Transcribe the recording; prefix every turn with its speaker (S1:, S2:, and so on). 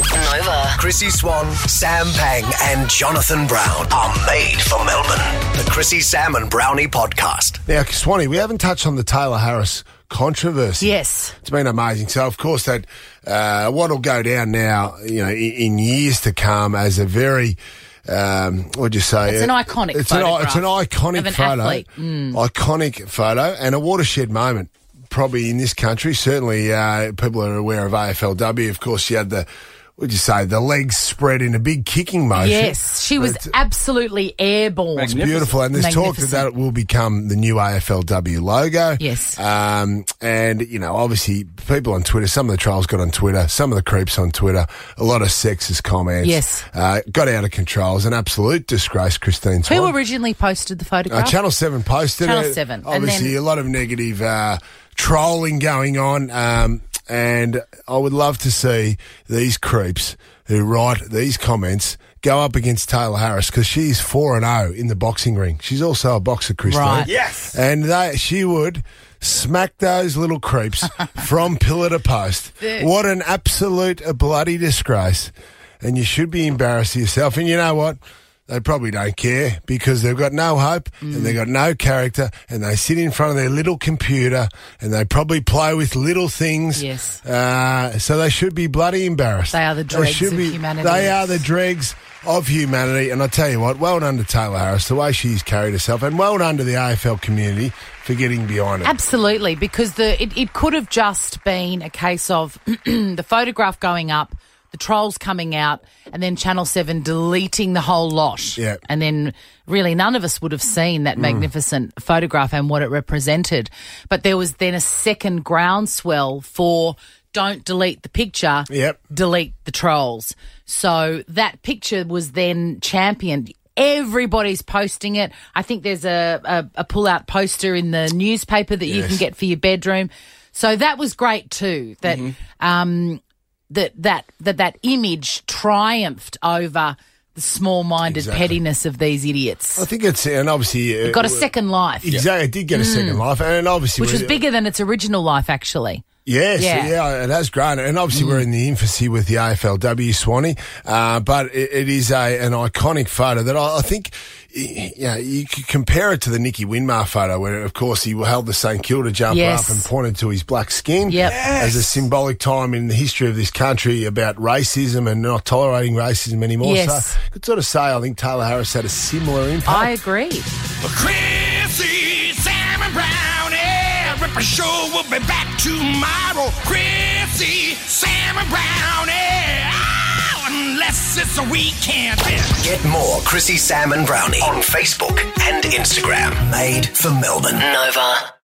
S1: Nova.
S2: Chrissy Swan, Sam Pang, and Jonathan Brown are made for Melbourne. The Chrissy, Sam, and Brownie podcast.
S3: Now, Swanee, we haven't touched on the Taylor Harris controversy.
S4: Yes.
S3: It's been amazing. So, of course, that uh, what will go down now, you know, in, in years to come as a very, um, what'd you say?
S4: It's an iconic
S3: it's an i- it's an
S4: photograph
S3: iconic
S4: of an
S3: photo.
S4: athlete. Mm.
S3: Iconic photo and a watershed moment. Probably in this country, certainly uh, people are aware of AFLW. Of course, she had the, would you say, the legs spread in a big kicking motion.
S4: Yes, she was
S3: But-
S4: absolutely airborne.
S3: it's beautiful, and there's talk that that
S4: Magnificent.
S3: will become the new AFLW logo.
S4: Yes.
S3: um, and you know, obviously, people on Twitter, some of the trolls got on Twitter, some of the creeps on Twitter, a lot of sexist comments.
S4: Yes.
S3: uh, got out of control. It's an absolute disgrace, Christine.
S4: Who
S3: Swan.
S4: originally posted the
S3: Uh,
S4: photograph?
S3: Channel Seven posted
S4: Channel
S3: it.
S4: 7, and
S3: Obviously,
S4: then-
S3: a lot of negative uh, trolling going on, um, and I would love to see these creeps who write these comments go up against Taylor Harris because she's four and zero in the boxing ring. She's also a boxer, Christine.
S4: Right.
S3: Yes, and they, she would. Smack those little creeps from pillar to post. What an absolute bloody disgrace. And you should be embarrassed of yourself. And you know what? They probably don't care because they've got no hope
S4: Mm.
S3: and they've got no character and they sit in front of their little computer and they probably play with little things.
S4: Yes.
S3: Uh, so they should be bloody embarrassed.
S4: They are the dregs
S3: should
S4: of humanity.
S3: They are the dregs of humanity. And I tell you what, well done to Taylor Harris, the way she's carried herself, and well done to the AFL community for getting beyond it.
S4: Absolutely, because the it, it could have just been a case of the photograph going up, the trolls coming out, and then Channel Seven deleting the whole lot.
S3: Yeah. Mm.
S4: and then really none of us would have seen that magnificent photograph and what it represented. But there was then a second groundswell for. Don't delete the picture.
S3: Yep.
S4: Delete the trolls. So that picture was then championed. Everybody's posting it. I think there's a, a, a pull out poster in the newspaper that you
S3: Yes.
S4: can get for your bedroom. So that was great too. That
S3: Mm-hmm.
S4: um that that that that image triumphed over the small minded
S3: Exactly.
S4: pettiness of these idiots.
S3: I think it's, and obviously. It
S4: Got a second life.
S3: Exactly, it did get a second life, and obviously,
S4: Which was
S3: we-
S4: bigger than its original life actually.
S3: Yes, yeah,
S4: Yeah. Mm.
S3: it has grown, and obviously we're in the infancy with the AFLW Swanee, uh, but it, it is a an iconic photo that I, I think. y- Yeah, you could compare it to the Nicky Winmar photo, where of course he held the St Kilda jumper
S4: Yes.
S3: up and pointed to his black skin
S4: Yep.
S3: as a symbolic time in the history of this country about racism and not tolerating racism anymore.
S4: Yes.
S3: So, I could sort of say I think Taylor Harris had a similar impact.
S4: I agree.
S5: Chrissy, Sam and Brownie. Ripper Show will be back tomorrow. Chrissy, Sam and Brownie. Oh, unless it's a weekend.
S2: Get more Chrissy, Sam, and Brownie on Facebook and Instagram. Made for Melbourne.
S1: Nova.